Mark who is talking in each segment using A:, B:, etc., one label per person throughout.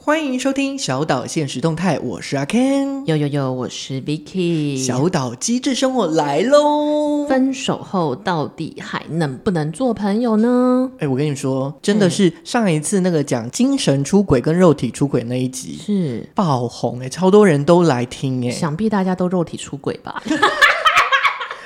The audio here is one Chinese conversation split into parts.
A: 欢迎收听小岛现实动态，我是阿 Ken。
B: 有有有，我是 Vicky。
A: 小岛机智生活来喽！哎、
B: 分手后到底还能不能做朋友呢？
A: 哎我跟你说，真的是上一次那个讲精神出轨跟肉体出轨那一集
B: 是，
A: 爆红哎、超多人都来听哎、
B: 想必大家都肉体出轨吧？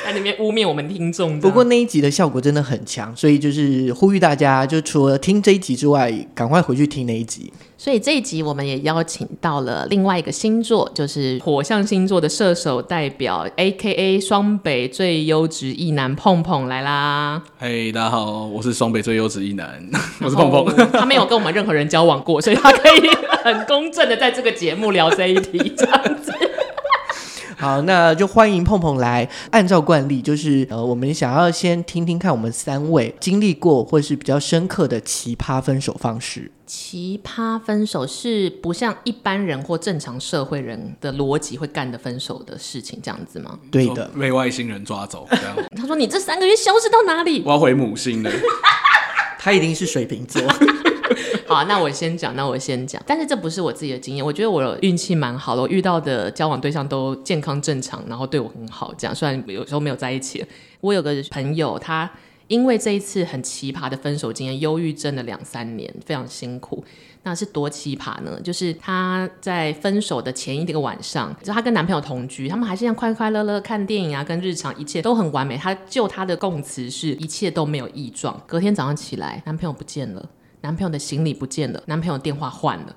B: 在里面污蔑我们听众。
A: 不过那一集的效果真的很强，所以就是呼吁大家，就除了听这一集之外，赶快回去听那一集。
B: 所以这一集我们也邀请到了另外一个星座，就是火象星座的射手代表，A K A 双北最优质一男碰碰来啦。
C: 嘿大家好，我是双北最优质一男，我是碰碰。
B: 然后他没有跟我们任何人交往过，所以他可以很公正的在这个节目聊这一题，这样子。
A: 好，那就欢迎碰碰来。按照惯例，就是呃，我们想要先听听看我们三位经历过或是比较深刻的奇葩分手方式。
B: 奇葩分手是不像一般人或正常社会人的逻辑会干的分手的事情，这样子吗？
A: 对的，
C: 被外星人抓走，这样
B: 他说：“你这三个月消失到哪里
C: 我要回 母星了。
A: 他一定是水瓶座。？”
B: 好，那我先讲，那我先讲。但是这不是我自己的经验，我觉得我运气蛮好的，我遇到的交往对象都健康正常，然后对我很好，这样虽然有时候没有在一起。我有个朋友，他因为这一次很奇葩的分手经验，忧郁症了两三年，非常辛苦。那是多奇葩呢？就是她在分手的前一个晚上，就她跟男朋友同居，他们还是一样快快乐乐看电影啊，跟日常一切都很完美。她就她的供词是一切都没有异状。隔天早上起来，男朋友不见了，男朋友的行李不见了，男朋友电话换了，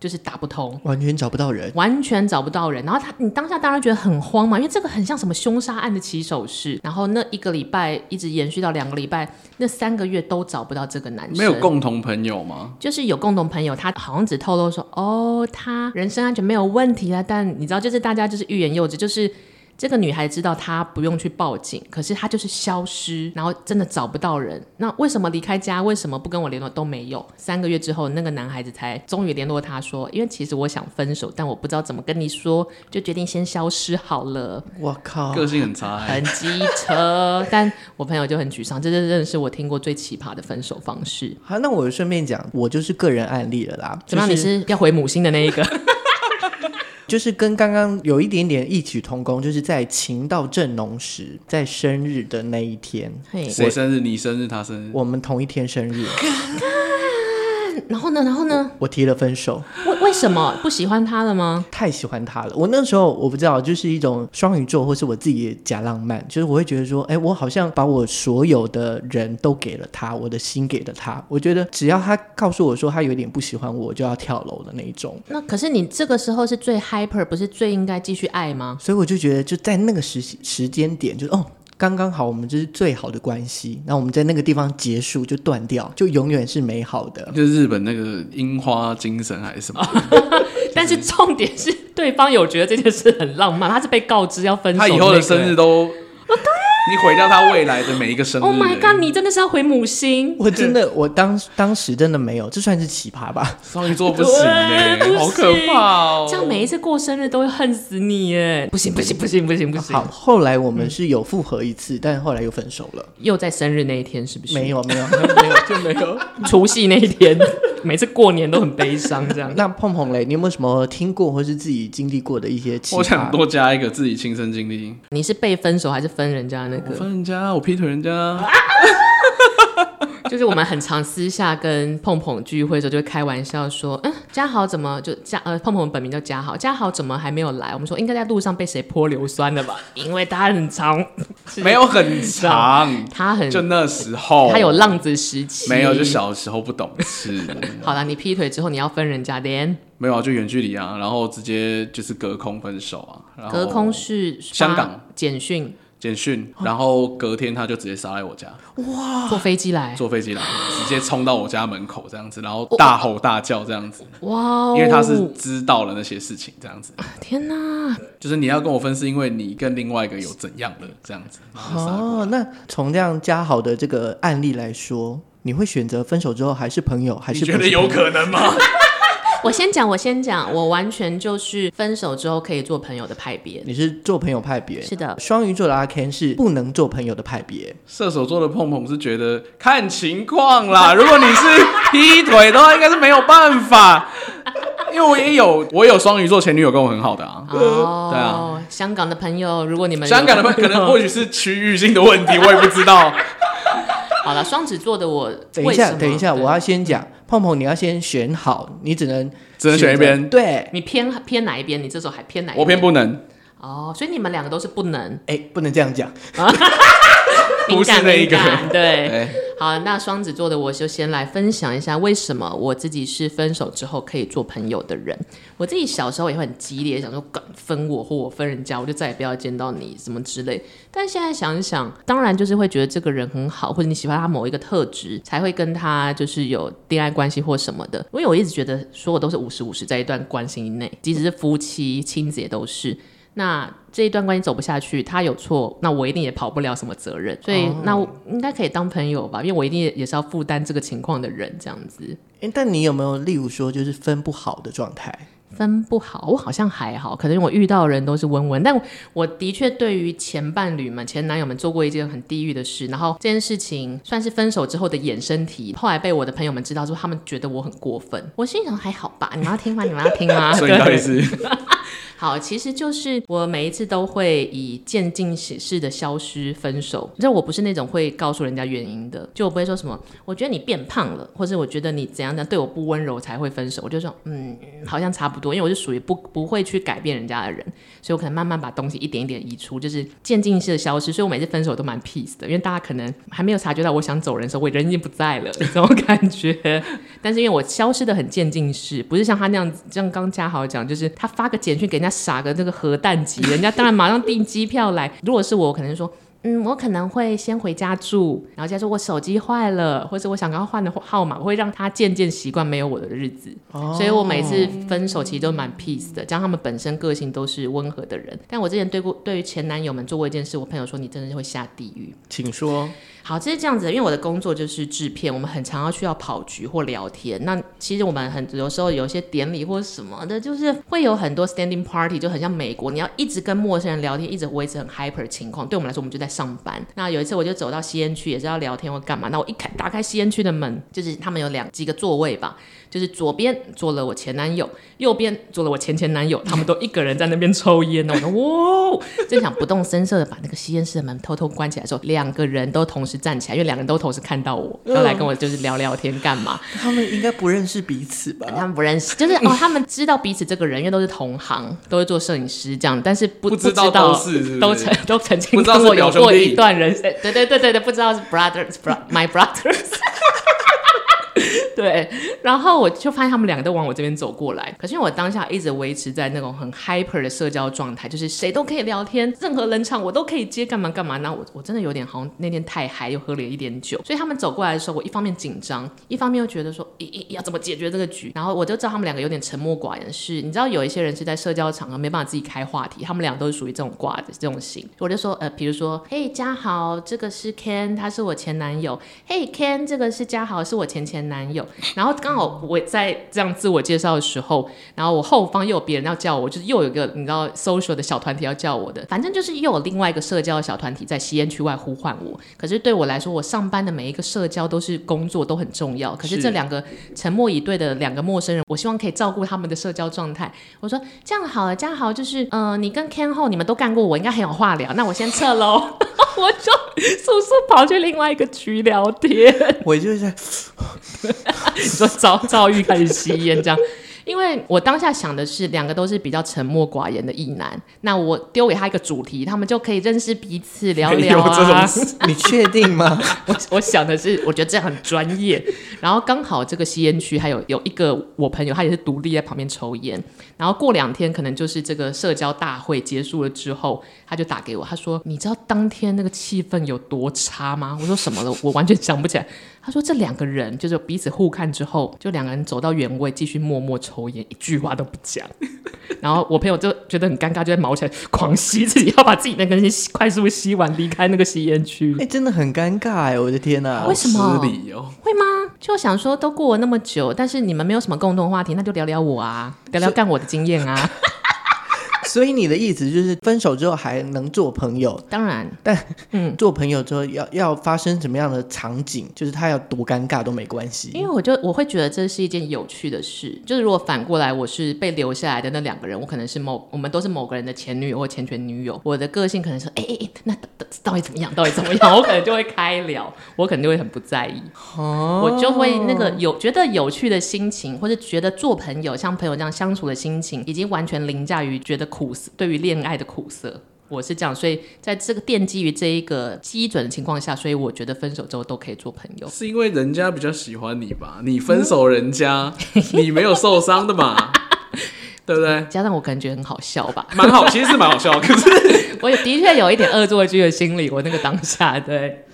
B: 就是打不通。
A: 完全找不到 人。
B: 完全找不到人。然后他，你当下当然觉得很慌嘛，因为这个很像什么凶杀案的起手式。然后那一个礼拜一直延续到两个礼拜，那三个月都找不到这个男生。
C: 没有共同朋友吗？
B: 就是有共同朋友，他好像只透露说，哦，他人身安全没有问题啊。但你知道，就是大家就是欲言又止，就是这个女孩知道她不用去报警，可是她就是消失，然后真的找不到人。那为什么离开家？为什么不跟我联络？都没有。三个月之后，那个男孩子才终于联络她说，因为其实我想分手，但我不知道怎么跟你说，就决定先消失好了。
A: 我
B: 哦
A: 靠！
C: 个性很差、欸，
B: 很机车，但我朋友就很沮丧，这真的是我听过最奇葩的分手方式。
A: 好，那我顺便讲，我就是个人案例了啦。
B: 怎么样？
A: 就
B: 你是要回母星的那一个？
A: 就是跟刚刚有一点点异曲同工，就是在情到正浓时，在生日的那一天，
B: 嘿，
C: 谁生日？你生日，他生日。
A: 我们同一天生 日，
B: 然后呢？然后呢？
A: 我提了分手，
B: 为为什么不喜欢他了吗？
A: 太喜欢他了。我那时候我不知道，就是一种双鱼座，或是我自己的假浪漫，就是我会觉得说，哎，我好像把我所有的人都给了他，我的心给了他。我觉得只要他告诉我说他有点不喜欢我，我就要跳楼的那一种。
B: 那可是你这个时候是最 hyper，不是最应该继续爱吗？
A: 所以我就觉得，就在那个时时间点，就是哦，刚刚好，我们就是最好的关系。那我们在那个地方结束，就断掉，就永远是美好 的。
C: 就是日本那个樱花精神还是什么？
B: 但是重点是，对方有觉得这件事很浪漫，他是被告知要分手、
C: 他以后的生日。都，你毁掉他未来的每一个生日、
B: Oh my god！
C: 欸
B: 你真的是要回母星？
A: 我真的，我当当时真的没有，这算是奇葩吧？
C: 双鱼座不行哎、
B: 对不行
C: 好可怕哦、
B: 这样每一次过生日都会恨死你耶！不行不行不行不行不行！
A: 好，后来我们是有复合一次，但后来又分手了。
B: 又在生日那一天是不是？
A: 没，有， 没有，没有，就没有。
B: 除夕那一天， 每次过年都很悲伤这样。
A: 那碰碰嘞，你有没有什么听过或是自己经历过的一些奇葩？
C: 我想多加一个自己亲身经历。
B: 你是被分手还是分人家那个？
C: 我分人家，我劈腿人家，
B: 啊就是我们很常私下跟碰碰聚会的时候，就会开玩笑说，嗯，嘉豪怎么就嘉呃碰碰本名叫嘉豪，嘉豪怎么还没有来？我们说应该在路上被谁泼硫酸了吧？因为他很长，
C: 没有很 长，
B: 他很
C: 就那时候
B: 嗯他有浪子时期，
C: 没有，就。小时候不懂事，
B: 好了，你劈腿之后你要分人家的人，
C: 没有啊就远距离啊，然后直接就是隔空分手啊，然后
B: 隔空哦是发
C: 香港
B: 简讯，
C: 简讯，然后隔天他就直接杀来我家，
B: 坐飞机来，
C: 坐飞机来，直接冲到我家门口这样子，然后大吼大叫这样子，
B: 哇哦！
C: 因为他是知道了那些事情这样子，
B: 天哪，
C: 就是你要跟我分是因为你跟另外一个有怎样了这样子，然后就杀过来
A: 哦，那从这样嘉豪的这个案例来说，你会选择分手之后还是朋友，还
C: 你
A: 是
C: 觉
A: 不
C: 得
A: 是
C: 有
A: 朋友
C: 可能吗？
B: 我先讲，我先讲，我完全就是分手之后可以做朋友的派别。
A: 你是做朋友派别，
B: 是的
A: 双鱼座的阿 Ken 是不能做朋友的派别，
C: 射手座的碰碰是觉得 看情况啦，如果你是劈腿的话，应该是没有办法， 因为我也有我也有双鱼座前女友跟我很好的啊。
B: 哦，
C: 对啊
B: 香港的朋友，如果你们有
C: 香港的朋友可能或许是区域性的问题，我也不 知道。
B: 好了，双子座的我，
A: 等一
B: 为什
A: 下，
B: 么
A: 等一下，
B: 对
A: 我要先讲，碰碰，你要先选好，你只能
C: 只能选一边
A: 择对，
B: 你偏偏哪一边？你这时候还偏哪一边？
C: 我偏不能，
B: 哦，所以你们两个都是不能，
A: 哎，不能这样讲。
C: 不是
B: 敏感
C: 那一个
B: 敏感 对。
C: 哎，
B: 好，那双子座的我就先来分享一下为什么我自己是分手之后可以做朋友的人。我自己小时候也会很激烈，想说敢分我或我分人家，我就再也不要见到你什么之类。但现在想一想，当然就是会觉得这个人很好，或者你喜欢他某一个特质，才会跟他就是有恋爱关系或什么的。因为我一直觉得说我都是五十五十在一段关系内，即使是夫妻、亲子也都是。那这一段关系走不下去，他有错，那我一定也跑不了什么责任，所以、那我应该可以当朋友吧，因为我一定也也是要负担这个情况的人，这样子
A: 哎，但你有没有例如说，就是分不好的状态？
B: 分不好，我好像还好，可能我遇到的人都是温温，但我我的确对于前伴侣们、前男友们做过一件很地狱的事，然后这件事情算是分手之后的衍生题，后来被我的朋友们知道之后，他们觉得我很过分，我心想还好吧，你们要听吗？你们要听吗？
C: 所以你到 底
B: 啊对。
C: 是
B: 好，其实就是我每一次都会以渐进式的消失分手，就我不是那种会告诉人家原因的，就我不会说什么，我觉得你变胖了，或者我觉得你怎样怎样对我不温柔才会分手，我就说嗯，好像差不多，因为我是属于不不会去改变人家的人，所以我可能慢慢把东西一点一点移除，就是渐进式的消失，所以我每次分手都蛮 peace 的，因为大家可能还没有察觉到我想走人的时候，我人已经不在了，这种感觉。但是因为我消失的很渐进式，不是像他那样子，像刚嘉豪讲，就是他发个简讯给人家撒个那个核弹级，人家当然马上订机票来。如果是我，我可能说。嗯，我可能会先回家住，然后再说我手机坏了，或者我想要换的号码，我会让他渐渐习惯没有我的日子。
A: 哦
B: 所以我每次分手其实都蛮 peace 的，加上他们本身个性都是温和的人。但我之前对过对于前男友们做过一件事，我朋友说你真的是会下地狱。
A: 请说。
B: 好，这是这样子的，因为我的工作就是制片，我们很常要需要跑局或聊天。那其实我们很有时候有一些典礼或什么的，就是会有很多 standing party，就很像美国，你要一直跟陌生人聊天，一直维持很 hyper 的情况。对我们来说，我们就在上班。那有一次我就走到吸烟区，也是要聊天或干嘛。那我一开打开吸烟区的门，就是他们有两几个座位吧，就是左边坐了我前男友，右边坐了我前前男友，他们都一个人在那边抽烟呢。我说哇， 正想不动声色的把那个吸烟室的门偷偷关起来的时候，两个人都同时站起来，因为两个人都同时看到我，要来跟我就是聊聊天干嘛？
A: 他们应该不认识彼此吧？
C: 嗯
B: 他们不认识，就是哦，他们知道彼此这个人，因为都是同行，都是做摄影师这样，但是不
C: 不知
B: 知
C: 道
B: 道
C: 都是是不是
B: 都曾都曾经
C: 不知道
B: 跟
C: 是
B: 我有
C: 表兄
B: 过
C: 弟
B: 一段人生，对对对对对，不知道是 brothers bro my brothers。对，然后我就发现他们两个都往我这边走过来，可是因为我当下一直维持在那种很 hyper 的社交状态，就是谁都可以聊天，任何冷场我都可以接，干嘛干嘛。然后我我真的有点好像那天太嗨，又喝了一点酒，所以他们走过来的时候，我一方面紧张，一方面又觉得说，咦咦，要怎么解决这个局？然后我就知道他们两个有点沉默寡言，是你知道有一些人是在社交场合没办法自己开话题，他们俩都是属于这种挂的这种型。我就说，呃，比如说，嘿，嘉豪，这个是 Ken，他是我前男友。嘿，Ken，这个是嘉豪，是我前前男友。然后刚好我在这样自我介绍的时候，然后我后方又有别人要叫我，就是又有一个你知道 social 的小团体要叫我的，反正就是又有另外一个社交的小团体在吸烟区外呼唤我。可是对我来说，我上班的每一个社交都是工作，都很重要。可是
C: 是
B: 这两个沉默以对的两个陌生人，我希望可以照顾他们的社交状态。我说这样好了，这样好，就是呃，你跟 Ken 后你们都干过我，应该很有话聊，那我先撤 喽。我就速速跑去另外一个局聊天。
A: 我就是
B: 你说遭遭遇开始吸烟这样。因为我当下想的是，两个都是比较沉默寡言的异男，那我丢给他一个主题，他们就可以认识彼此，聊 聊
C: 有这种
B: 啊。
C: 事
A: 你确定吗？
B: 我我想的是，我觉得这样很专业。然后刚好这个吸烟区还有有一个我朋友，他也是独立在旁边抽烟。然后过两天可能就是这个社交大会结束了之后，他就打给我，他说：“你知道当天那个气氛有多差吗？”我说：“什么了？我完全想不起来。”他说：“这两个人就是彼此互看之后，就两个人走到原位，继续默默抽烟，一句话都不讲。”然后我朋友就觉得很尴尬，就在毛起来狂吸，自己要把自己那根烟吸快速吸完，离开那个吸烟区。
A: 哎、真的很尴尬哎、我的天哪、
B: 为什么
C: 好失礼哦，
B: 会吗？就想说都过了那么久，但是你们没有什么共同话题，那就聊聊我啊，聊聊干我的经验啊。
A: 所以你的意思就是分手之后还能做朋友，
B: 当然，
A: 做朋友之后要要发生什么样的场景，就是他要多尴尬都没关
B: 因
A: 系。
B: 为我就我会觉得这是一件有趣的事，就是如果反过来我是被留下来的那两个人，我可能是某我们都是某个人的前女友或前前女友，我的个性可能是哎哎哎，那到到到底怎么样？到底怎么样？我 可能就会开聊，我可能就会很不在意，我就会那个有觉得有趣的心情，或者觉得做朋友像朋友这样相处的心情，已经完全凌驾于觉得苦涩对于恋爱的苦涩。我是这样，所以在这个奠基于这一个基准的情况下，所以我觉得分手之后都可以做朋友。
C: 是因为人家比较喜欢你吧？你分手人家，你没有受伤 的嘛，对不对？
B: 加上我感觉很好笑吧，
C: 蛮好，其实是蛮好笑的，可是
B: 我也的确有一点恶作剧的心理，我那个当下对，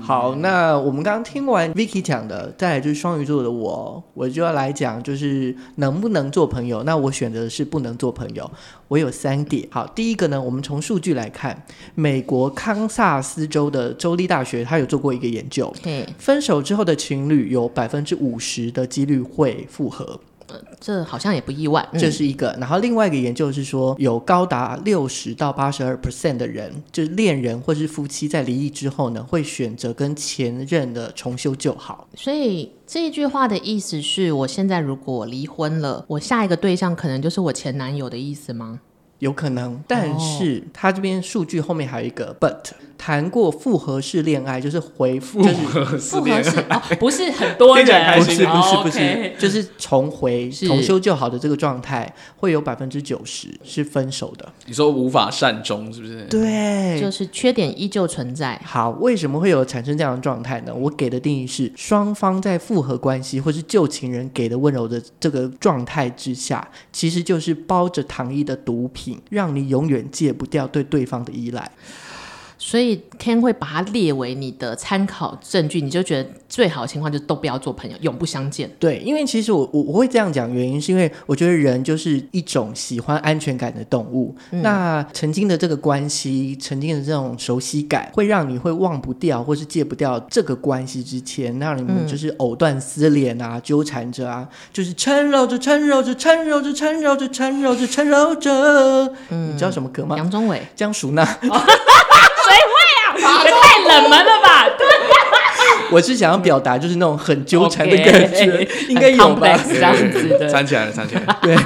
A: 好，那我们刚刚听完 Vicky 讲的，再来就是双鱼座的我，我就要来讲就是能不能做朋友。那我选择的是不能做朋友，我有三点。好，第一个呢，我们从数据来看，美国康萨斯州的州立大学，它有做过一个研究，
B: 嘿，
A: 分手之后的情侣有百分之五十的几率会复合，
B: 这好像也不意外，嗯、
A: 这是一个。然后另外一个研究是说，有高达六十到八十二 percent 的人，就是恋人或是夫妻在离异之后呢，会选择跟前任的重修旧好。
B: 所以这一句话的意思是我现在如果离婚了，我下一个对象可能就是我前男友的意思吗？
A: 有可能，
B: 哦
A: 但是他这边数据后面还有一个 but，谈过复合式恋爱就是回复，就是
C: 合
B: 复合是哦，不是很多 人，
C: 听起来开
A: 不
C: 心
A: 是不是
B: 哦
A: 不是
B: OK，
A: 就是重回
B: 是
A: 重修旧好的这个状态，会有百分之九十是分手的。
C: 你说无法善终是不是？
A: 对，
B: 就是缺点依旧存在。
A: 好，为什么会有产生这样的状态呢？我给的定义是，双方在复合关系或是旧情人给的温柔的这个状态之下，其实就是包着糖衣的毒品，让你永远戒不掉对对方的依赖。
B: 所以 Ken 会把它列为你的参考证据，你就觉得最好的情况就是都不要做朋友，永不相见。
A: 对，因为其实我我我会这样讲，原因是因为我觉得人就是一种喜欢安全感的动物。
B: 嗯
A: 那曾经的这个关系，曾经的这种熟悉感，会让你会忘不掉或是戒不掉这个关系之前，让你
B: 嗯
A: 们就是藕断丝连啊，纠缠着啊，就是缠绕着、缠绕着、缠绕着、缠绕着、缠绕着、缠绕着。
B: 嗯
A: 你知道什么歌吗？
B: 杨宗纬，
A: 江淑娜，
B: 也太 冷门了吧？
A: 我是想要表达就是那种很纠缠的感觉
B: OK，
A: 应该有
B: 很
A: 吧
B: complex？这样子的
C: 站起来了，站起 来 了。
A: 对，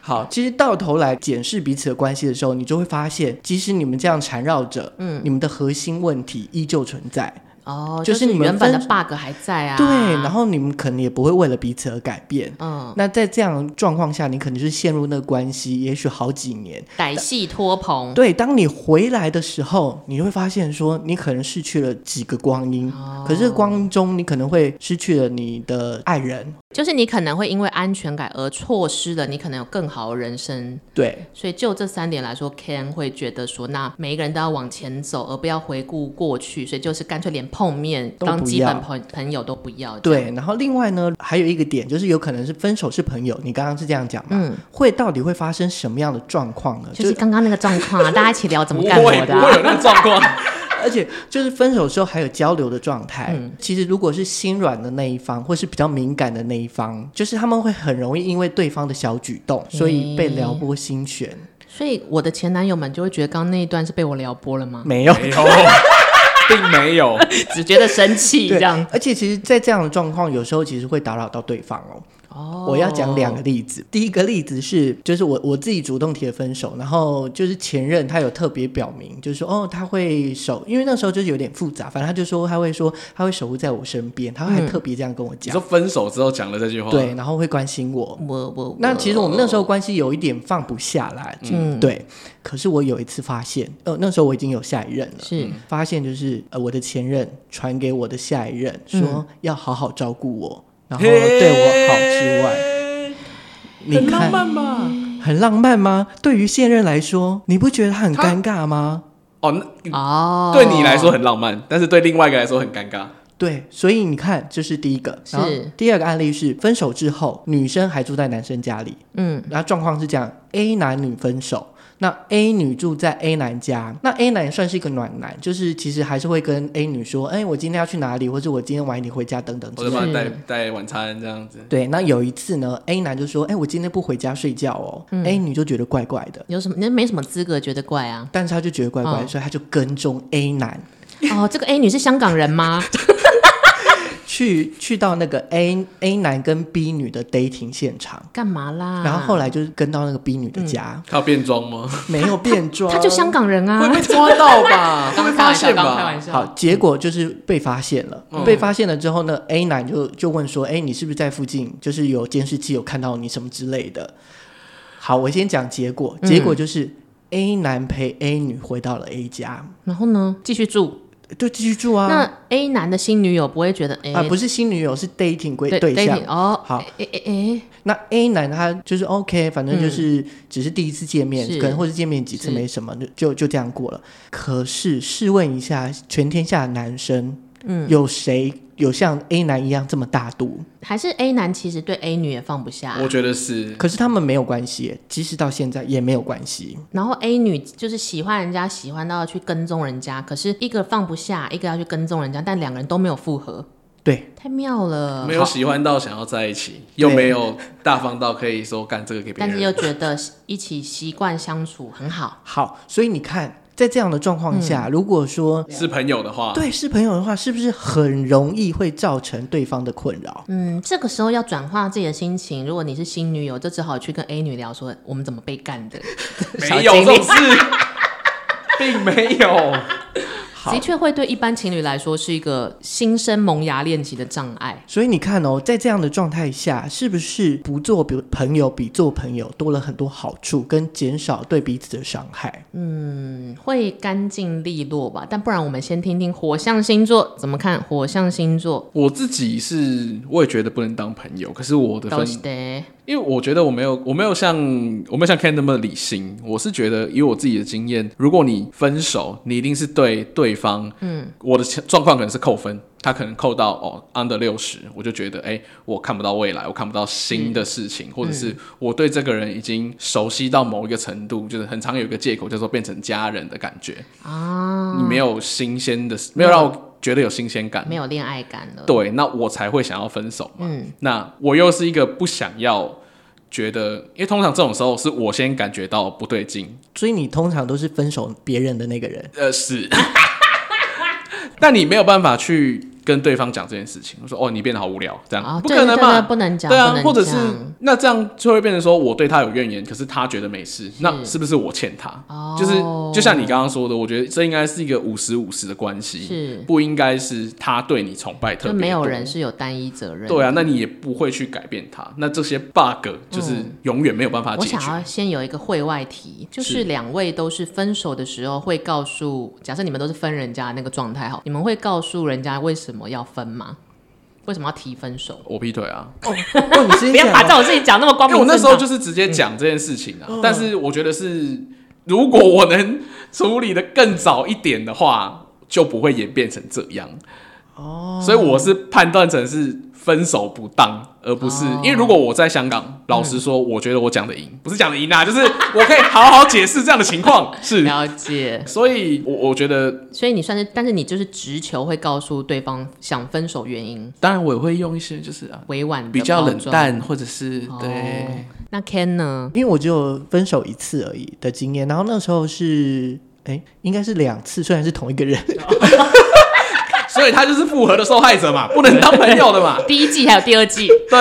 A: 好，其实到头来检视彼此的关系的时候，你就会发现，即使你们这样缠绕着，嗯，你们的核心问题依旧存在，
B: 哦，
A: 就是是你们
B: 原本的
A: 分
B: bug 还在啊。
A: 对，然后你们可能也不会为了彼此而改变。
B: 嗯，
A: 那在这样的状况下，你可能是陷入那个关系，也许好几年。
B: 歹戏拖棚。
A: 对，当你回来的时候，你会发现说，你可能失去了几个光阴，
B: 哦
A: 可是这个光阴中，你可能会失去了你的爱人。
B: 就是你可能会因为安全感而错失了你可能有更好的人生，
A: 对，
B: 所以就这三点来说，Ken 会觉得说，那每一个人都要往前走，而不要回顾过去，所以就是干脆连碰面
A: 都不要
B: 当基本朋朋友都不要。这样，
A: 对，然后另外呢，还有一个点就是，有可能是分手是朋友，你刚刚是这样讲嘛？会到底会发生什么样的状况呢？
B: 嗯就是刚刚那个状况啊，大家一起聊怎么
C: 不
B: 干
C: 会
B: 活
C: 不
B: 的、
C: 会
B: 啊。
C: 有那个状况，
A: 而且就是分手之后还有交流的状态。
B: 嗯
A: 其实如果是心软的那一方，或是比较敏感的那一方，就是他们会很容易因为对方的小举动，所以被撩拨心弦。
B: 所以我的前男友们就会觉得刚刚那一段是被我撩拨了吗？
A: 没有。
C: 没有，并没有。
B: 只觉得生气
A: 对
B: 这样。，
A: 而且其实，在这样的状况，有时候其实会打扰到对方哦。
B: 哦
A: 我要讲两个例子。第一个例子是，就是我我自己主动提的分手，然后就是前任他有特别表明，就是说哦他会守，因为那时候就是有点复杂，反正他就说他会说他会守护在我身边，他还特别这样跟我
C: 你
A: 讲，
C: 说哦分手之后讲了这句话，
A: 对，然后会关心我。
B: 我我
A: 那其实我们那时候关系有一点放不下来，嗯，对。可是我有一次发现，呃，那时候我已经有下一任了，
B: 是
A: 发现就是呃我的前任传给我的下一任说要好好照顾我，然后对我好之外，
C: 外，
A: 你
C: 很浪
A: 看
C: 漫吧？
A: 很浪漫吗？对于现任来说，你不觉得他很尴尬吗？
C: 哦，那
B: 哦，
C: 对你来说很浪漫，但是对另外一个来说很尴尬。
A: 对，所以你看，这是第一个。
B: 是
A: 然后第二个案例是分手之后，女生还住在男生家里，
B: 嗯
A: 然后状况是这样：A 男女分手，那 A 女住在 A 男家，那 A 男算是一个暖男，就是其实还是会跟 A 女说，哎、我今天要去哪里，或者我今天晚一点回家等等之
C: 我
A: 类
C: 就
A: 的。
C: 帮
B: 是
C: 你带带晚餐这样子。
A: 对，那有一次呢，A 男就说，哎、我今天不回家睡觉哦、a
C: 嗯
A: 女就觉得怪怪的。
B: 有什么？你没什么资格觉得怪啊？
A: 但是他就觉得怪怪，的，
B: 嗯
A: 所以他就跟踪 A 男
B: 哦，这个 A 女是香港 人吗？
A: 去去到那个 A A 男跟 B 女的 dating 现场，
B: 干嘛啦？
A: 然后后来就是跟到那个 B 女的家，
B: 嗯
C: 他有变装吗？
A: 没有变装，
B: 她就香港人
C: 会
B: 啊。
C: 被 抓到吧？会
B: 刚
C: 被
B: 开
C: 发
B: 玩笑，
C: 现
B: 刚开玩
C: 吧？
B: 笑。
A: 好，结果就是被发现了。
C: 嗯
A: 被发现了之后呢，A 男就就问说：“哎、你是不是在附近？就是有监视器有看到你什么之类的？”好，我先讲结果。
B: 嗯
A: 结果就是、A 男陪 A 女回到了 A 家，
B: 然后呢，继续住。
A: 就继续住啊。
B: 那 A 男的新女友不会觉得哎，
A: 啊，不是新女友，是 dating 归对象
B: dating，。哦，
A: 好
B: 哎，哎哎哎，
A: 那 A 男他就是 OK，反正就是只是第一次见面，
B: 嗯是
A: 可能或是见面几次
B: 是
A: 没什么，就就就这样过了。可是试问一下，全天下的男生，嗯，有谁有像 A 男一样这么大度？
B: 还是 A 男其实对 A 女也放不下。
C: 我觉得是，
A: 可是他们没有关系耶，即使到现在也没有关系。
B: 然后 A 女就是喜欢人家，喜欢到要去跟踪人家，可是一个放不下，一个要去跟踪人家，但两个人都没有复合，
A: 对，
B: 太妙了。
C: 没有喜欢到想要在一起，又没有大方到可以说干这个给别
B: 但
C: 人。
B: 是又觉得一起习惯相处很好。
A: 好，所以你看，在这样的状况
B: 嗯
A: 下，如果说
C: 是朋友的话，
A: 对是朋友的话，是不是很容易会造成对方的困扰？
B: 嗯，这个时候要转化自己的心情。如果你是新女友，就只好去跟 A 女聊说我们怎么被干 的。
C: 没有这种事， 并没有。
A: 好
B: 的确会对一般情侣来说是一个新生萌芽恋期的障碍。
A: 所以你看哦，在这样的状态下，是不是不做比朋友比做朋友多了很多好处，跟减少对彼此的伤害？
B: 嗯，会干净利落吧？但不然，我们先听听火象星座怎么看。火象星座
C: 我自己是，我也觉得不能当朋友。可是我的
B: 都
C: 分
B: 是的，
C: 因为我觉得我没有，我没有像我没有像 Ken 那么理性。我是觉得以我自己的经验，如果你分手，你一定是对对方，嗯，我的情状况可能是扣分，他可能扣到哦 under 六十，我就觉得哎、我看不到未来，我看不到新的事情，或者是我对这个人已经熟悉到某一个程度，就是很常有一个借口叫做变成家人的感觉啊，你没有新鲜的，没有让我觉得有新鲜感，
B: 没有恋爱感了。
C: 对，那我才会想要分手嘛。
B: 嗯
C: 那我又是一个不想要觉得，因为通常这种时候是我先感觉到不对劲，
A: 所以你通常都是分手别人的那个 人，
C: 呃，是， 但你没有办法去跟对方讲这件事情。我说哦，你变得好无聊，这样、
B: 啊，
C: 不
B: 对
C: 可能
B: 对
C: 嘛？
B: 对不能讲，
C: 对
B: 不
C: 啊，
B: 能
C: 或者是
B: 讲
C: 那这样就会变成说我对他有怨言，可是他觉得没事，那是不是我欠他？
B: 哦
C: 就是就像你刚刚说的，我觉得这应该是一个五十五十的关系，
B: 是
C: 不应该是他对你崇拜特别
B: 就没有
C: 多
B: 人是有单一责任。
C: 对啊，那你也不会去改变它。那这些 bug 就是永远没有办法
B: 嗯我
C: 啊解决
B: 想。要先有一个会外题，就是
C: 是
B: 两位都是分手的时候会告诉，假设你们都是分人家那个状态好，你们会告诉人家为什么要分吗？为什么要提分手？
C: 我劈腿啊！
A: 哦，你直
B: 不
A: 接
B: 要
A: 讲
B: 把
A: 哦
B: 这种事情讲那么光
C: 因为
B: 明
C: 我
B: 正大。
C: 那时候就是直
B: 嗯
C: 接讲这件事情啊，但是我觉得是，如果我能处理的更早一点的话，就不会演变成这样。哦，所以我是判断成是分手不当，而不是、
B: 哦嗯
C: 因为如果我在香港，老实说，我觉得我讲的赢，不是讲的赢啊，就是我可以好好解释这样的情况 是。
B: 了解，
C: 所以我，我觉得
B: 所以你算是，但是你就是直球会告诉对方想分手原因，
C: 当然我也会用一些就是啊
B: 委婉地
C: 比较
B: 包
C: 冷
B: 装。
C: 淡，或者是
B: 哦
C: 对。
B: 那 Ken 呢？
A: 因为我只有分手一次而已的经验，然后那时候是。哎，应该是两次，虽然是同一个人，
C: 所以他就是复合的受害 者嘛，不能当朋友的嘛。
B: 第一季还有第二 季，
C: 对，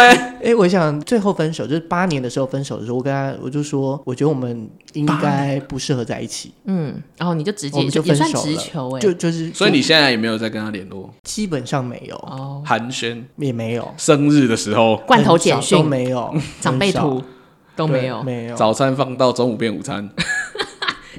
A: 哎，我想最后分手就是八年的时候分手的时候，我跟他我就说，我觉得我们应该不适合在一起，
B: 嗯，然后你就直接
A: 我们就
B: 也
A: 分
B: 算
A: 手
B: 直
A: 了
B: 球哎、
A: 就就是，
C: 所以你现在也没有再跟他联络。
A: 基本上没有，
B: 哦，
C: 寒暄
A: 也没有，
C: 生日的时候，
B: 罐头
A: 很少
B: 简讯
A: 都、没有，
B: 长辈
A: 很
B: 图
A: 少
B: 都
A: 对
B: 没有。
A: 没有。
C: 早餐放到中午变午餐，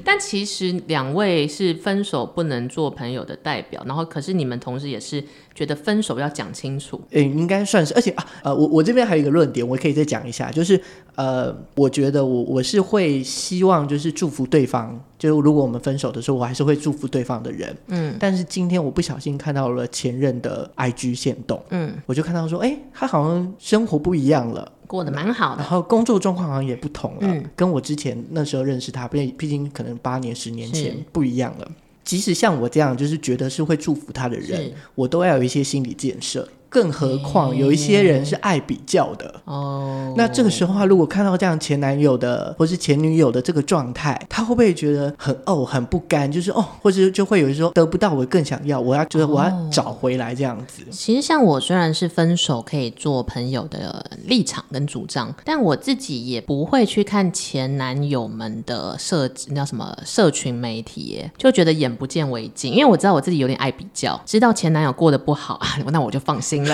B: 但其实两位是分手不能做朋友的代表，然后可是你们同时也是觉得分手要讲清楚，
A: 诶、应该算是，而且啊，呃，我我这边还有一个论点，我可以再讲一下，就是呃，我觉得我我是会希望就是祝福对方，就是如果我们分手的时候，我还是会祝福对方的人，嗯，但是今天我不小心看到了前任的 IG 线动，嗯，我就看到说，诶、他好像生活不一样了，
B: 过得蛮好的
A: 然。后工作状况好像也不同了，
B: 嗯
A: 跟我之前那时候认识他，毕毕竟可能八年、十年前
B: 是
A: 不一样了。即使像我这样，就是觉得是会祝福他的人
B: 是，
A: 我都要有一些心理建设。更何况有一些人是爱比较的，
B: 哦，
A: 那这个时候啊，如果看到这样前男友的或是前女友的这个状态，他会不会觉得很哦很不甘？就是哦，或者就会有时候得不到我更想要，我要觉得我
B: 哦
A: 要找回来这样子。
B: 其实像我虽然是分手可以做朋友的立场跟主张，但我自己也不会去看前男友们的社那叫什么社群媒体耶，就觉得眼不见为净，因为我知道我自己有点爱比较，知道前男友过得不好 啊，那我就放心了。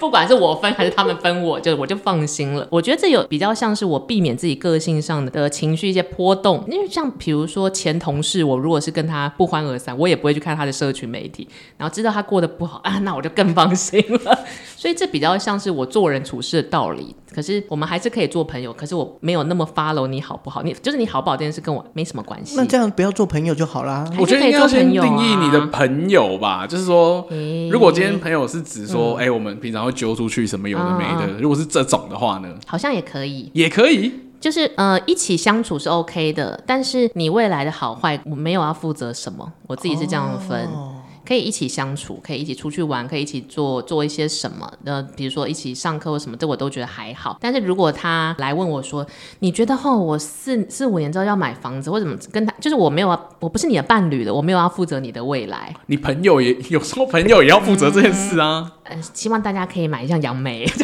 B: 不管是我分还是他们分我，就我就放心了。我觉得这有比较像是我避免自己个性上的呃情绪一些波动，因为像比如说前同事，我如果是跟他不欢而散，我也不会去看他的社群媒体，然后知道他过得不好啊，那我就更放心了。 所以这比较像是我做人处事的道理。可是我们还是可以做朋友，可是我没有那么 follow 你好不好，你就是你好不好这件事跟我没什么关系。
A: 那这样不要做朋友就好啦。
B: 还是
C: 我觉得
B: 可以
C: 应该要
B: 做
C: 先
B: 朋友
C: 定义
B: 啊嗯
C: 你的朋友吧，就是说，
B: 诶
C: 如果今天朋友是指说，
B: 嗯
C: 哎、我们平常会揪出去什么有的没的，如果是这种的话呢，
B: 好像也可以，
C: 也可以。
B: 就是呃，一起相处是 OK 的，但是你未来的好坏，我没有要负责什么，我自己是这样分。
C: 哦
B: 可以一起相处，可以一起出去玩，可以一起做做一些什么？呃，比如说一起上课或什么，这我都觉得还好。但是如果他来问我说，你觉得后我四四五年之后要买房子，或怎么跟他，就是我没有要，我不是你的伴侣的，我没有要负责你的未来。
C: 你朋友也有时候朋友也要负责这件事啊，
B: 呃，希望大家可以买一像杨梅，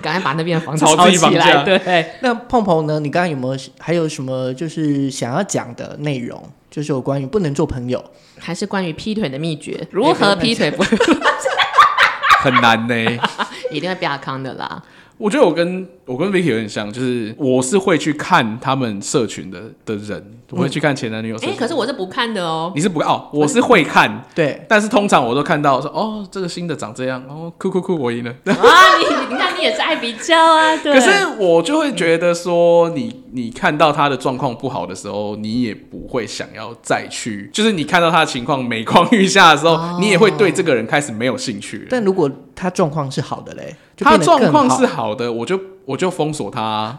B: 赶快把那边的房子
C: 炒自
B: 炒
C: 己房
B: 起
C: 价
B: 来。对，
A: 那碰碰呢？你刚刚有没有还有什么就是想要讲的内容？就是有关于不能做朋友，
B: 还是关于劈腿的秘诀，如何劈腿不
C: 很难呢、
B: 一定会被阿康的啦。
C: 我觉得我跟我跟 Vicky 有点像，就是我是会去看他们社群的的人，我会去看前男女友社
B: 哎、
C: 群。
B: 可是我是不看的哦。
C: 你是不哦，我是会看，
A: 对，
C: 但是通常我都看到说哦，这个新的长这样，哦，酷酷酷，我赢了。
B: 啊，你你看你也是爱比较啊，对。
C: 可是我就会觉得说你，你看到他的状况不好的时候，你也不会想要再去，就是你看到他的情况每况愈下的时候，
B: 哦
C: 你也会对这个人开始没有兴趣了。
A: 但如果他状况是好的嘞，就
C: 他
A: 变得更
C: 状况
A: 好
C: 是好的，我就我就封锁他啊、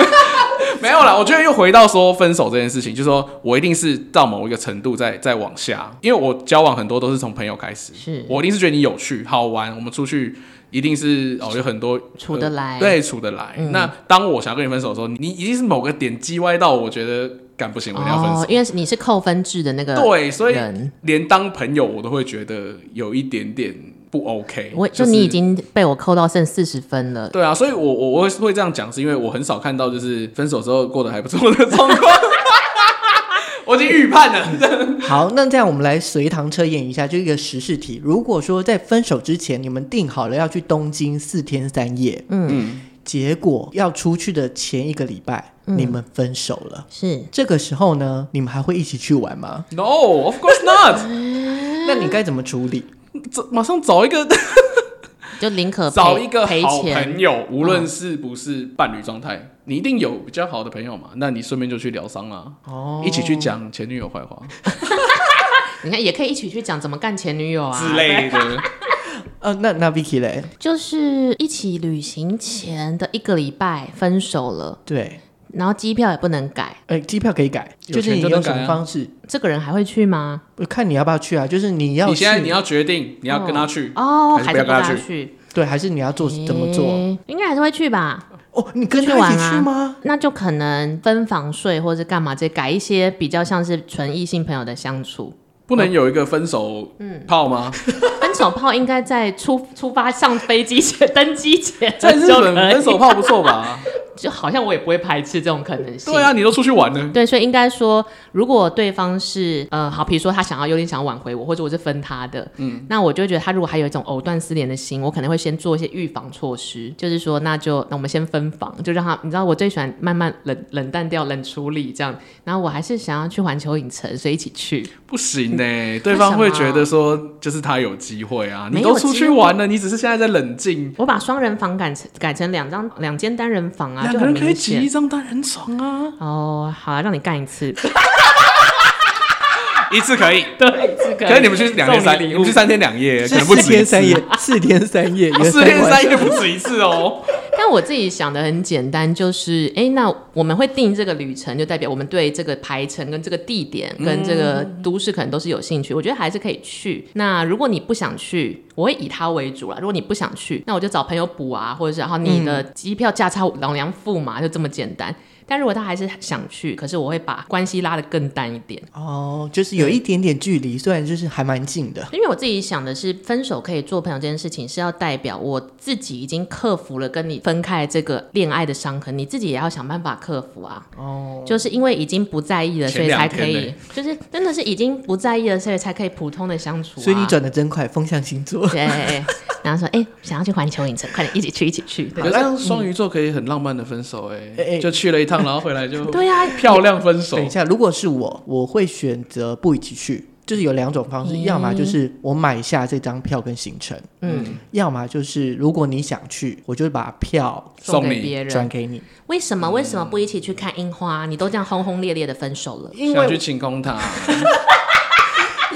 C: 没有啦，我觉得又回到说分手这件事情，就是说我一定是到某一个程度再再往下，因为我交往很多都是从朋友开始，
B: 是
C: 我一定是觉得你有趣好玩，我们出去一定是哦有很多呃
B: 处得来
C: 对处得来。
B: 嗯
C: 那当我想要跟你分手的时候，你你一定是某个点叽歪到我觉得干不行，我一定要分手。
B: 哦，因为你是扣分制的那个
C: 对，所以
B: 人
C: 连当朋友我都会觉得有一点点不 OK 是。
B: 我就你已经被我扣到剩四十分了。
C: 对啊，所以我我我会会这样讲，是因为我很少看到就是分手之后过得还不错的状况。 我已经预判了，
A: 好，那这样我们来随堂测验一下，就一个实事题。如果说在分手之前，你们定好了要去东京四天三夜，嗯，结果要出去的前一个礼拜，
C: 嗯
A: 你们分手了。
B: 是
A: 这个时候呢，你们还会一起去玩吗？
C: No, of course not。
A: 那你该怎么处理？
C: 这马上找一个
B: 就宁可呃赔
C: 找一个
B: 赔
C: 好
B: 钱嗯
C: 朋友，无论是不是伴侣状态，你一定有比较好的朋友嘛？那你顺便就去疗伤啦，
A: 哦
C: 一起去讲前女友坏话
B: 你看也可以一起去讲怎么干前女友啊
C: 之类的。
A: 呃，那那 Vicky 嘞？
B: 就是一起旅行前的一个礼拜分手了，
A: 对，
B: 然后机票也不能改，
A: 呃，机票可以改，
C: 有
A: 是
C: 钱
A: 你
C: 就能
A: 用什
C: 改
A: 么
C: 啊
A: 方式？
B: 这个人还会去吗？
A: 我看你要不要去啊？就是你要
C: 你现在
A: 去
C: 你要决定你要跟他去
B: 哦，
C: 还是
B: 还
C: 不要
B: 是
C: 跟他
B: 他
C: 去
B: 去？
A: 对，还是你要做怎么做？
B: 诶？应该还是会去吧。
A: 哦，你跟
B: 出去
A: 他一起
B: 玩啊
A: 去吗？
B: 那就可能分房睡或者干嘛，这改一些比较像是纯异性朋友的相处。
C: 不能有一个分手
B: 嗯
C: 炮吗？
B: 分手炮应该在出出发上飞机前、登机前
C: 在日
B: 就
C: 本
B: 可以
C: 分手炮不 错吧？
B: 就好像我也不会排斥这种可能性。
C: 对啊，你都出去玩了。
B: 对，所以应该说，如果对方是呃，好，比如说他想要有点想要挽回我，或者我是分他的，嗯，那我就会觉得他如果还有一种藕断丝连的心，我可能会先做一些预防措施，就是说，那就那我们先分房，就让他，你知道我最喜欢慢慢冷冷淡掉、冷处理这样。然后我还是想要去环球影城，所以一起去。
C: 不
A: 嗯
C: 行呢、对方会觉得说，就是他有机会啊，你都出去玩了，你只是现在在冷静，
B: 我把双人房改成改成两张两间单人房啊，
C: 两
B: 就
C: 个
B: 很
C: 人可以
B: 明
C: 挤一
B: 显。
C: 张单人床啊。
B: 哦，好啊，让你干一次。
C: 一次可以，
B: 对，这个
C: 可是你们去两天
B: 送
C: 三，
B: 你
C: 你
B: 礼
C: 们
B: 物
C: 去。三天两夜，可
A: 是
C: 能不
A: 四
C: 止一
A: 天
C: 次
A: 三。夜，四天三夜，
C: 哦
A: 有
C: 四天
A: 晚
C: 三夜不止一次哦。
B: 但我自己想的很简单，就是哎、诶那我们会定这个旅程，就代表我们对这个排程、跟这个地点、跟这个都市可能都是有兴趣。我觉得还是可以去。那如果你不想去，我会以它为主啦。如果你不想去，那我就找朋友补啊，或者是然后你的机票价差老娘付嘛，就这么简单。但如果他还是想去，可是我会把关系拉得更淡一点。
A: 哦，就是有一点点距离，虽然就是还蛮近的。
B: 因为我自己想的是，分手可以做朋友这件事情，是要代表我自己已经克服了跟你分开这个恋爱的伤痕，你自己也要想办法克服啊。哦，就是因为已经不在意了，所
C: 前
B: 以
C: 两
B: 才
C: 天
B: 可以
C: 呢，
B: 就是真的是已经不在意了，所以才可以普通的相处、啊。
A: 所以你转的真快，风象星座。
B: 对，然后说，哎、想要去环球影城，快点一起去，一起去。
C: 可是
B: 对
C: 这样双鱼座可以很浪漫的分手
A: 哎
C: 哎，
A: 哎
C: 就去了一趟，然后回 来就
B: 对啊，
C: 漂亮分手
A: 等一。下，如果是我，我会选择不一起去，就是有两种方式，
B: 嗯
A: 要么就是我买下这张票跟行程，
B: 嗯，
A: 要么就是如果你想去，我就把票
C: 送
B: 给
C: 你
B: 别人
A: 转。给你，
B: 为什么为什么不一起去看樱花？你都这样轰轰烈烈的分手了，
A: 因
C: 想去
A: 为
C: 晴空 塔，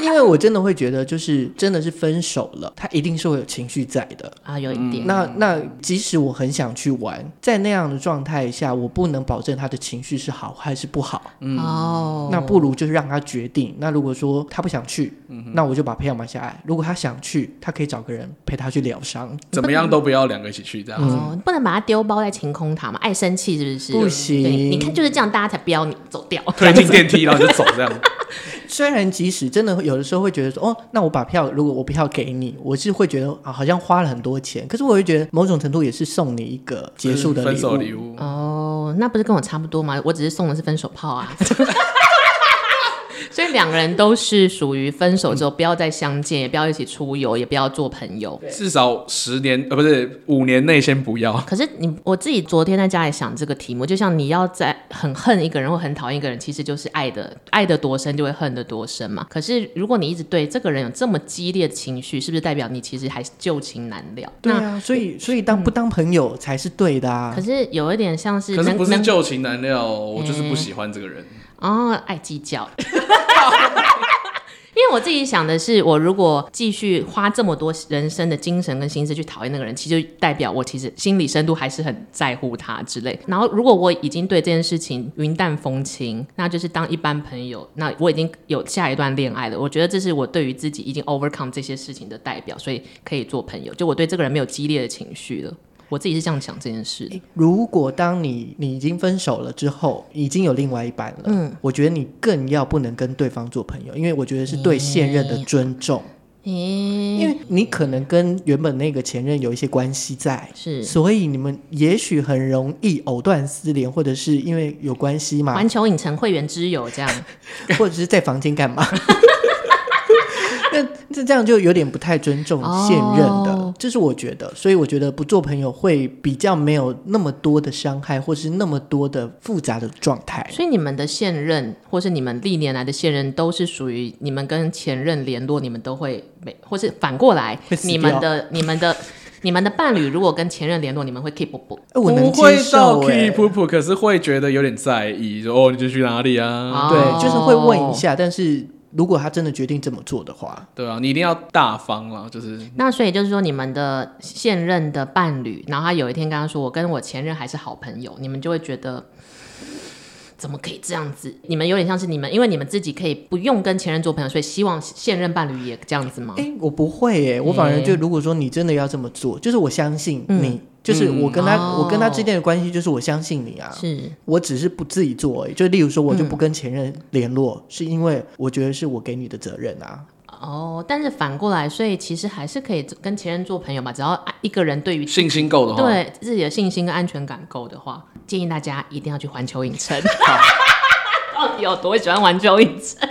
A: 因为我真的会觉得，就是真的是分手了，他一定是会有情绪在的。
B: 啊，有一点。
A: 嗯那
C: 嗯
A: 那即使我很想去玩，在那样的状态下，我不能保证他的情绪是好还是不好。
B: 哦，
A: 那不如就是让他决定。那如果说他不想去，
C: 嗯
A: 那我就把票买下来。如果他想去，他可以找个人陪他去疗伤。
C: 怎么样都不要两个一起去这样。
B: 哦，你不能把它丢包在晴空塔嘛？爱生气是不是？
A: 嗯不行
B: 对你看就是这样，大家才不要你走掉。
C: 推进电梯，然后就走这样。
A: 虽然即使真的有的时候会觉得说，哦，那我把票，如果我票给你，我是会觉得啊，好像花了很多钱。可是我会觉得某种程度也是送你一个 结束的
C: 分
A: 礼
C: 手
A: 物。
C: 礼物，
B: 哦，那不是跟我差不多吗？我只是送的是分手炮啊。 所以两个人都是属于分手之后不要再相见，也不要一起出游，也不要做朋友。
C: 至少十年呃不是五年内先不要。
B: 可是你我自己昨天在家里想这个题目，就像你要在很恨一个人或很讨厌一个人，其实就是爱的爱的多深就会恨的多深嘛。可是如果你一直对这个人有这么激烈的情绪，是不是代表你其实还是旧情难了？
A: 对
B: 那嗯
A: 啊，所以所以当不当朋友才是对的啊
B: 可。是有一点像是
C: 可
B: 能
C: 是不是
B: 能嗯
C: 旧情难料，我就是不喜欢这个人。
B: 哦，爱计较。 因为我自己想的是，我如果继续花这么多人生的精神跟心思去讨厌那个人，其实就代表我其实心理深度还是很在乎他之类。然后，如果我已经对这件事情云淡风轻，那就是当一般朋友。那我已经有下一段恋爱了，我觉得这是我对于自己已经 overcome 这些事情的代表，所以可以做朋友。就我对这个人没有激烈的情绪了，我自己是这样想这件事的。
A: 如果当你你已经分手了之后，已经有另外一半了，
B: 嗯
A: 我觉得你更要不能跟对方做朋友，因为我觉得是对现任的尊重，
B: 咦、
A: 因为你可能跟原本那个前任有一些关系在。
B: 是
A: 所以你们也许很容易藕断丝连，或者是因为有关系嘛，
B: 环球影城会员之友这 样。
A: 或者是在房间干嘛？ 那这这样就有点不太尊重现任的，
B: 哦
A: 这是我觉得。所以我觉得不做朋友会比较没有那么多的伤害，或是那么多的复杂的状态。
B: 所以你们的现任，或是你们历年来的现任，都是属于你们跟前任联络，你们都会没，或是反过来
A: 会，死掉
B: 你们的、你们的、你们的伴侣，如果跟前任联络，你们会 keep 不不？
A: 哎我能
C: 不
A: 接
C: 会到
A: 受、哎
C: keep up，可是会觉得有点在意，说哦你就去哪里啊？
B: 哦
A: 对，就是会问一下。但是如果他真的决定这么做的话，
C: 对啊，你一定要大方啦，就是
B: 那所以就是说，你们的现任的伴侣，然后他有一天跟他说：“我跟我前任还是好朋友。”你们就会觉得。怎么可以这样子？你们有点像是你们，因为你们自己可以不用跟前任做朋友，所以希望现任伴侣也这样子吗？
A: 哎、我不会耶、
B: 嗯
A: 我反而就如果说你真的要这么做，就是我相信你，就是我跟他、
B: 嗯
A: 我跟他之间的关系就是我相信你啊，
B: 是，
A: 我只是不自己做而已。就例如说，我就不跟前任联络，是因为我觉得是我给你的责任啊。
B: 哦，但是反过来，所以其实还是可以跟前任做朋友嘛，只要啊一个人对于
C: 信哦心够的话，
B: 对自己的信心跟安全感够的话，建议大家一定要去环球影城。 到底有多喜欢环球影城？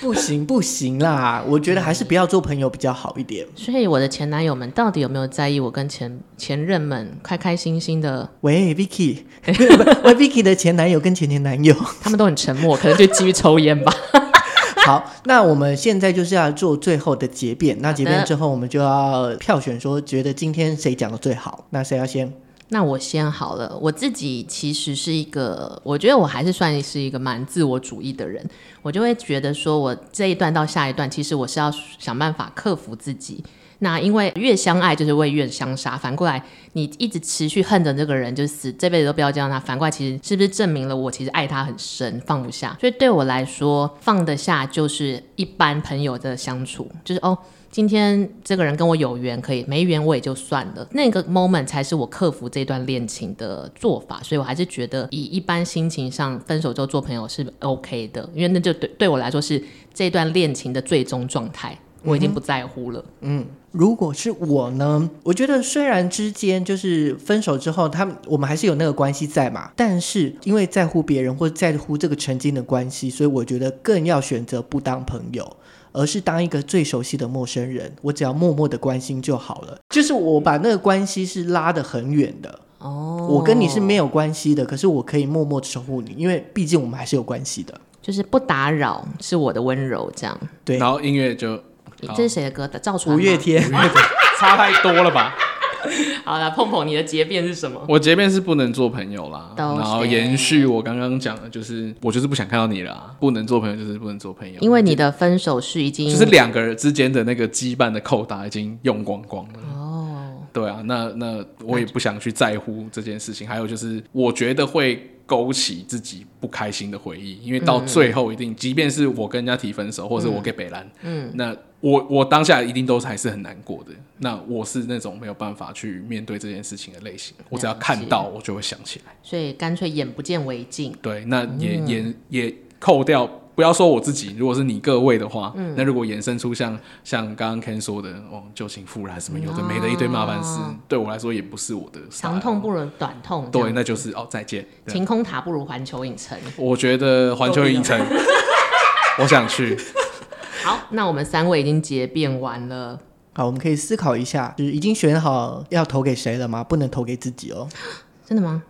A: 不行不行啦，我觉得还是不要做朋友比较好一点。
B: 所以我的前男友们到底有没有在意我跟前前任们开开心心的？
A: 喂，Vicky，不 是不是喂，Vicky 的前男友跟前前男友。
B: 他们都很沉默，可能就基于抽烟吧。
A: 好，那我们现在就是要做最后的结辩。那结
B: 好
A: 辩
B: 的
A: 之后，我们就要票选说，觉得今天谁讲的最好，那谁要先？
B: 那我先好了，我自己其实是一个，我觉得我还是算是一个蛮自我主义的人，我就会觉得说我这一段到下一段，其实我是要想办法克服自己。那因为越相爱就是会越相杀，反过来你一直持续恨着这个人，就是死这辈子都不要见到他。反过来，其实是不是证明了我其实爱他很深，放不下？所以对我来说，放得下就是一般朋友的相处，就是哦。今天这个人跟我有缘可以，没缘我也就算了。那个 moment 才是我克服这段恋情的做法，所以我还是觉得以一般心情上分手之后做朋友是 OK 的，因为那就对对我来说是这段恋情的最终状态，我已经不在乎了。
A: 如果是我呢，我觉得虽然之间就是分手之后，他们我们还是有那个关系在嘛，但是因为在乎别人或在乎这个曾经的关系，所以我觉得更要选择不当朋友。而是当一个最熟悉的陌生人，我只要默默的关心就好了。就是我把那个关系是拉得很远的，
B: 哦
A: 我跟你是没有关系的，可是我可以默默地守护你，因为毕竟我们还是有关系的。
B: 就是不打扰是我的温柔，这样。
A: 对
C: 然后音乐就好
B: 这是谁的歌？赵传
A: 五
B: 吗
A: 月。天，
C: 差太多了吧？
B: 好了，碰碰你的结辩是什么？
C: 我结辩是不能做朋友啦，
B: 都
C: 然后
B: 是
C: 延续我刚刚讲的，就是我就是不想看到你啦，不能做朋友就是不能做朋友，
B: 因为你的分手是已经
C: 就是两个人之间的那个羁绊的扣打已经用光光了。
B: 哦，
C: 对啊，那那我也不想去在乎这件事情。还有就是，我觉得会勾起自己不开心的回忆，因为到最后一定，即便是我跟人家提分手，或者我给北兰，嗯，那我我当下一定都是还是很难过的。那我是那种没有办法去面对这件事情的类型，我只要看到我就会想起来。
B: 所以干脆眼不见为
A: 哎
B: 净。
C: 对，那也、
A: 嗯
C: 也也扣掉。不要说我自己，如果是你各位的话，
A: 嗯
C: 那如果衍生出像像刚刚 Ken 说的哦，旧情复燃什么
A: 啊
C: 有的没的一堆麻烦事，对我来说也不是我的 style
B: 长痛不如短痛。这
C: 对，
B: 样，
C: 那就是哦，再见。对
B: 晴空塔不如环球影城。
C: 我觉得环球影城， 我想去。
B: 好，那我们三位已经结辩完了。
A: 好，我们可以思考一下，就是已经选好要投给谁了吗？不能投给自己哦。
B: 真的吗？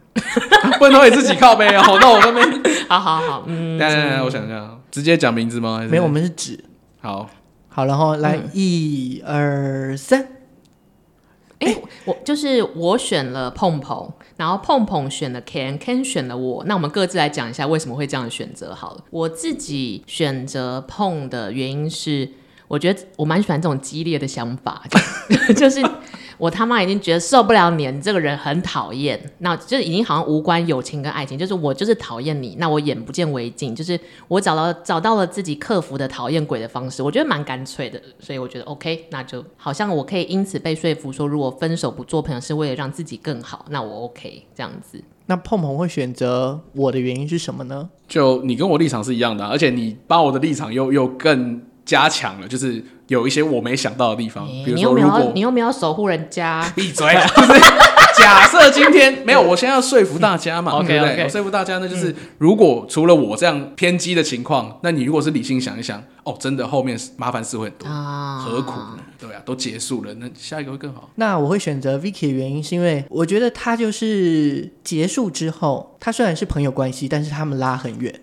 C: 不能投给自己靠背哦。那我这边，
B: 好好好，嗯，
C: 等一下等一下，我想一下，直接讲名字吗？还是
A: 没有，我们是指
C: 好，
A: 好，然后来一二三，
B: 哎、我就是我选了碰碰，然后碰碰选了 Ken，Ken 选了我。那我们各自来讲一下为什么会这样选择好了。我自己选择碰的原因是，我觉得我蛮喜欢这种激烈的想法， 就就是我他妈已经觉得受不了你了，你这个人很讨厌，那就是已经好像无关友情跟爱情，就是我就是讨厌你，那我眼不见为净，就是我找到找到了自己克服的讨厌鬼的方式，我觉得蛮干脆的，所以我觉得 OK，那就好像我可以因此被说服说，如果分手不做朋友是为了让自己更好，那我 OK 这样子。
A: 那碰碰会选择我的原因是什么呢？
C: 就你跟我立场是一样的啊、而且你把我的立场又又更加强了，就是有一些我没想到的地
A: 哦
C: 方，
B: 诶
C: 比如
B: 你又
C: 说
B: 没有
C: 如
B: 要
C: 果
B: 你又没有要守护人家，
C: 闭嘴啊， 就是假设今天没有，我现在要说服大家嘛，
B: 嗯
C: 对不对
B: OK，OK
C: 我说服大家呢，就是如果除了我这样偏激的情况，那你如果是理性想一想，哦，真的后面麻烦事会很多，
B: 啊
C: 何苦呢？对啊，都结束了，那下一个会更好。
A: 那我会选择 Vicky 的原因是因为我觉得他就是结束之后，他虽然是朋友关系，但是他们拉很远，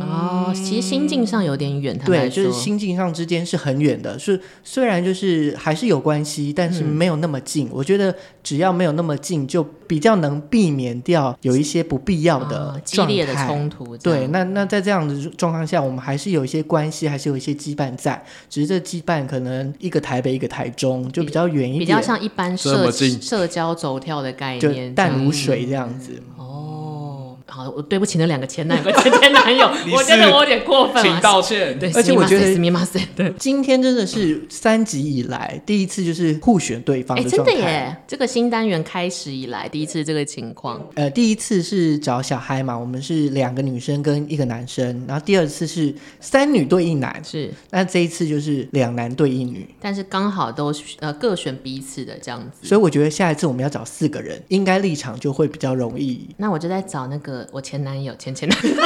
B: 哦，其实心境上有点远，坦白
A: 对，就
B: 说
A: 是心境上之间是很远的。是虽然就是还是有关系，但是没有那么近。我觉得只要没有那么近，就比较能避免掉有一些不必要
B: 啊
A: 的
B: 激
A: 状态、
B: 烈的冲突，这样
A: 对，那那在这样的状况下，我们还是有一些关系，还是有一些羁绊在，只是这羁绊可能一个台北，一个台中，就比较远一点，
B: 比较像一般
C: 这
B: 社
C: 么近
B: 社交走跳的概
A: 就
B: 念，
A: 淡如
B: 这样嗯
A: 水这样子。
B: 哦，好，我对不起那两个 前男友、前前男友
C: 你，
B: 我觉
C: 是
B: 得我有点过分
C: 请
B: 了。
C: 道歉。
B: 对，
A: 而且我觉得
B: すみません，すみません对，
A: 今天真的是三集以来第一次就是互选对方
B: 哎，
A: 状
B: 真的
A: 态。
B: 耶！这个新单元开始以来第一次这个情况，
A: 呃，第一次是找小嗨嘛，我们是两个女生跟一个男生，然后第二次是三女对一男，
B: 是，
A: 那这一次就是两男对一女，
B: 但是刚好都呃各选彼此的这样子。
A: 所以我觉得下一次我们要找四个人，应该立场就会比较容易。
B: 那我就在找那个我前男友、前前男友，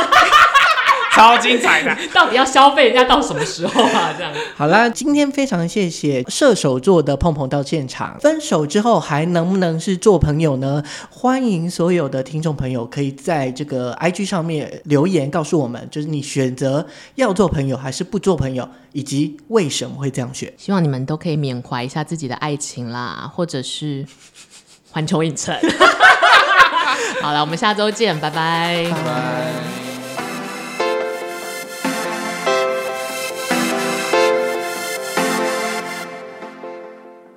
C: 超精彩的。
B: 到底要消费人家到什么时候啊？这样，
A: 好啦，今天非常谢谢射手座的碰碰到现场。分手之后还能不能是做朋友呢？欢迎所有的听众朋友可以在这个 IG 上面留言告诉我们，就是你选择要做朋友还是不做朋友，以及为什么会这样选。
B: 希望你们都可以缅怀一下自己的爱情啦，或者是环球影城。 好了，我们下周见，拜拜
C: 拜拜。